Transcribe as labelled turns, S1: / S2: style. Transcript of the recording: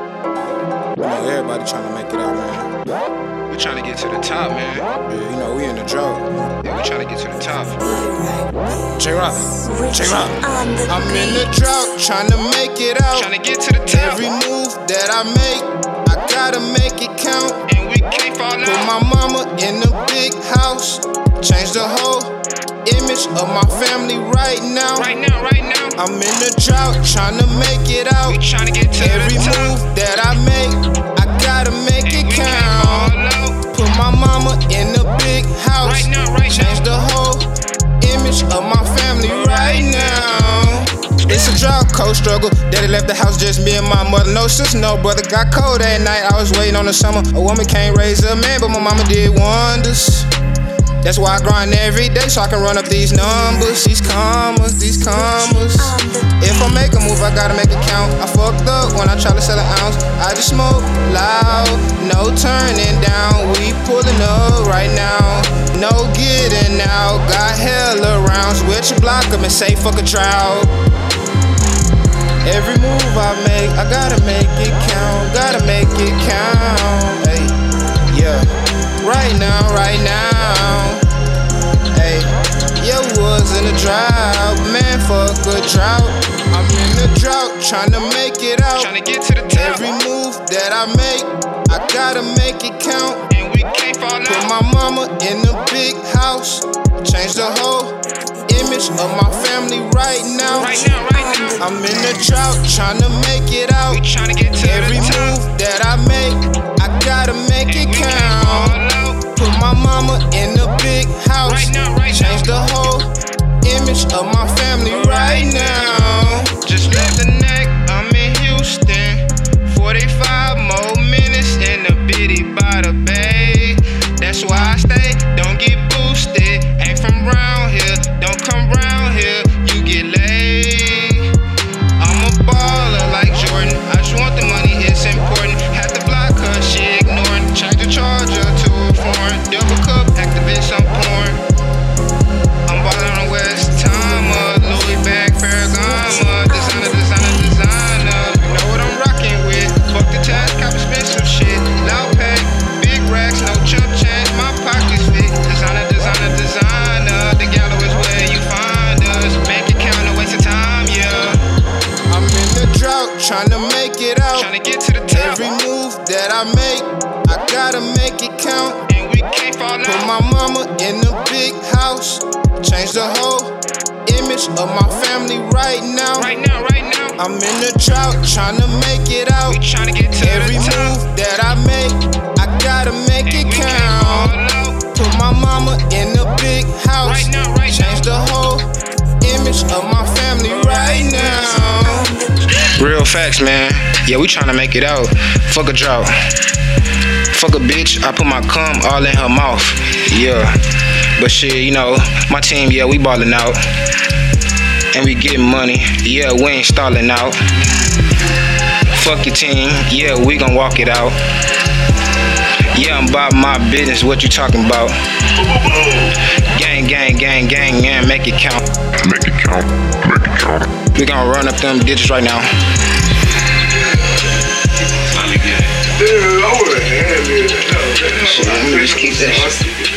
S1: know, everybody trying to make it out, man.
S2: We trying to get to the top, man.
S1: Yeah, you know, we in the drought.
S2: Yeah, we trying to get to the top.
S1: J Rock. J Rock.
S3: on the
S1: I'm in the drought, trying to make it out.
S2: Trying to get to the top,
S1: Every move that I make, I gotta make it count.
S2: and we can't fall
S1: Put
S2: out.
S1: my mama in the big house, change the whole image of my family right now.
S2: Right now, right now,
S1: I'm in the drought, trying to make it out.
S2: we trying to get to
S1: Every
S2: the
S1: move
S2: top,
S1: that I make, I gotta make
S2: and
S1: it
S2: we can't
S1: count.
S2: fall out.
S1: Put my mama in the big house.
S2: Right now, right
S1: Change the whole image of my family right now. It's a drought, cold struggle. Daddy left the house, just me and my mother. No sister, no brother. Got cold at night. I was waiting on the summer. A woman can't raise a man, but my mama did wonders. That's why I grind every day so I can run up these numbers, these commas, these commas. If I make a move, I gotta make a count. I fucked up when I try to sell an ounce. I just smoke loud, no turning down. We pulling up right now, no getting out. Got hella rounds, with your block 'em and say fuck a drought. Every move I make, I gotta make it count, gotta make it count. Hey, yeah, right now, right now. Hey, yeah, we was in a drought, man, fuck a drought. I'm in a drought, trying to make it out.
S2: Trying to get to the top,
S1: Every move that I make, I gotta make it count.
S2: and we can't fall
S1: Put
S2: out.
S1: my mama in the big house, change the whole image of my family right now.
S2: Right now, right now,
S1: I'm in the drought, trying to make it out.
S2: we trying to get to
S1: Every
S2: the
S1: move
S2: top,
S1: that I make, I gotta make
S2: and
S1: it
S2: we can't fall
S1: count.
S2: out.
S1: Put my mama in the big house.
S2: Right now, right
S1: Change the
S2: now,
S1: whole image of my family right now.
S2: just left the neck. I'm in Houston, 45 more minutes in the bitty by the bay. That's why I stay. Don't get boosted. Ain't from round here. Don't come round here. You get laid. I'm a baller like Jordan. I just want the money, it's important. Had to block her, she ignoring. Change the charger to a foreign. Double cup, activate some porn. I'm ballin' on West Tama, Louis bag, Ferragamo. Designer, designer, designer. You know what I'm rockin' with. Fuck the tax, cop expensive shit. Loud pack, big racks, no chump change. My pockets fit. Designer, designer, designer. The gallow is where you find us. Bank account, no waste of time, yeah.
S1: I'm in the drought, trying to make it out.
S2: Tryna get to the top,
S1: Every move that I make, I gotta make it count.
S2: and we can't fall
S1: Put
S2: out.
S1: my mama in the big house. Change the whole image of my family right now.
S2: Right now, right now,
S1: I'm in the drought, trying to make it out.
S2: we tryna get to
S1: Every
S2: the
S1: move
S2: top,
S1: that I make, I gotta make it
S2: and we can't fall
S1: count.
S2: out.
S1: Put my mama in the big house.
S2: Right now, right
S1: Change the whole image of my family right now.
S2: Real facts, man. Yeah, we tryna make it out. Fuck a drought. Fuck a bitch. I put my cum all in her mouth. Yeah. But shit, you know, my team, yeah, we ballin' out. And we getting money. Yeah, we ain't stallin' out. Fuck your team. Yeah, we gon' walk it out. Yeah, I'm about my business. What you talking about? Gang, gang, gang, gang, man. Make it count.
S4: Make it count. Make it count.
S2: We gonna run up them ditches right now.
S5: Dude, I would have had it.
S2: Shit, let me just keep that shit.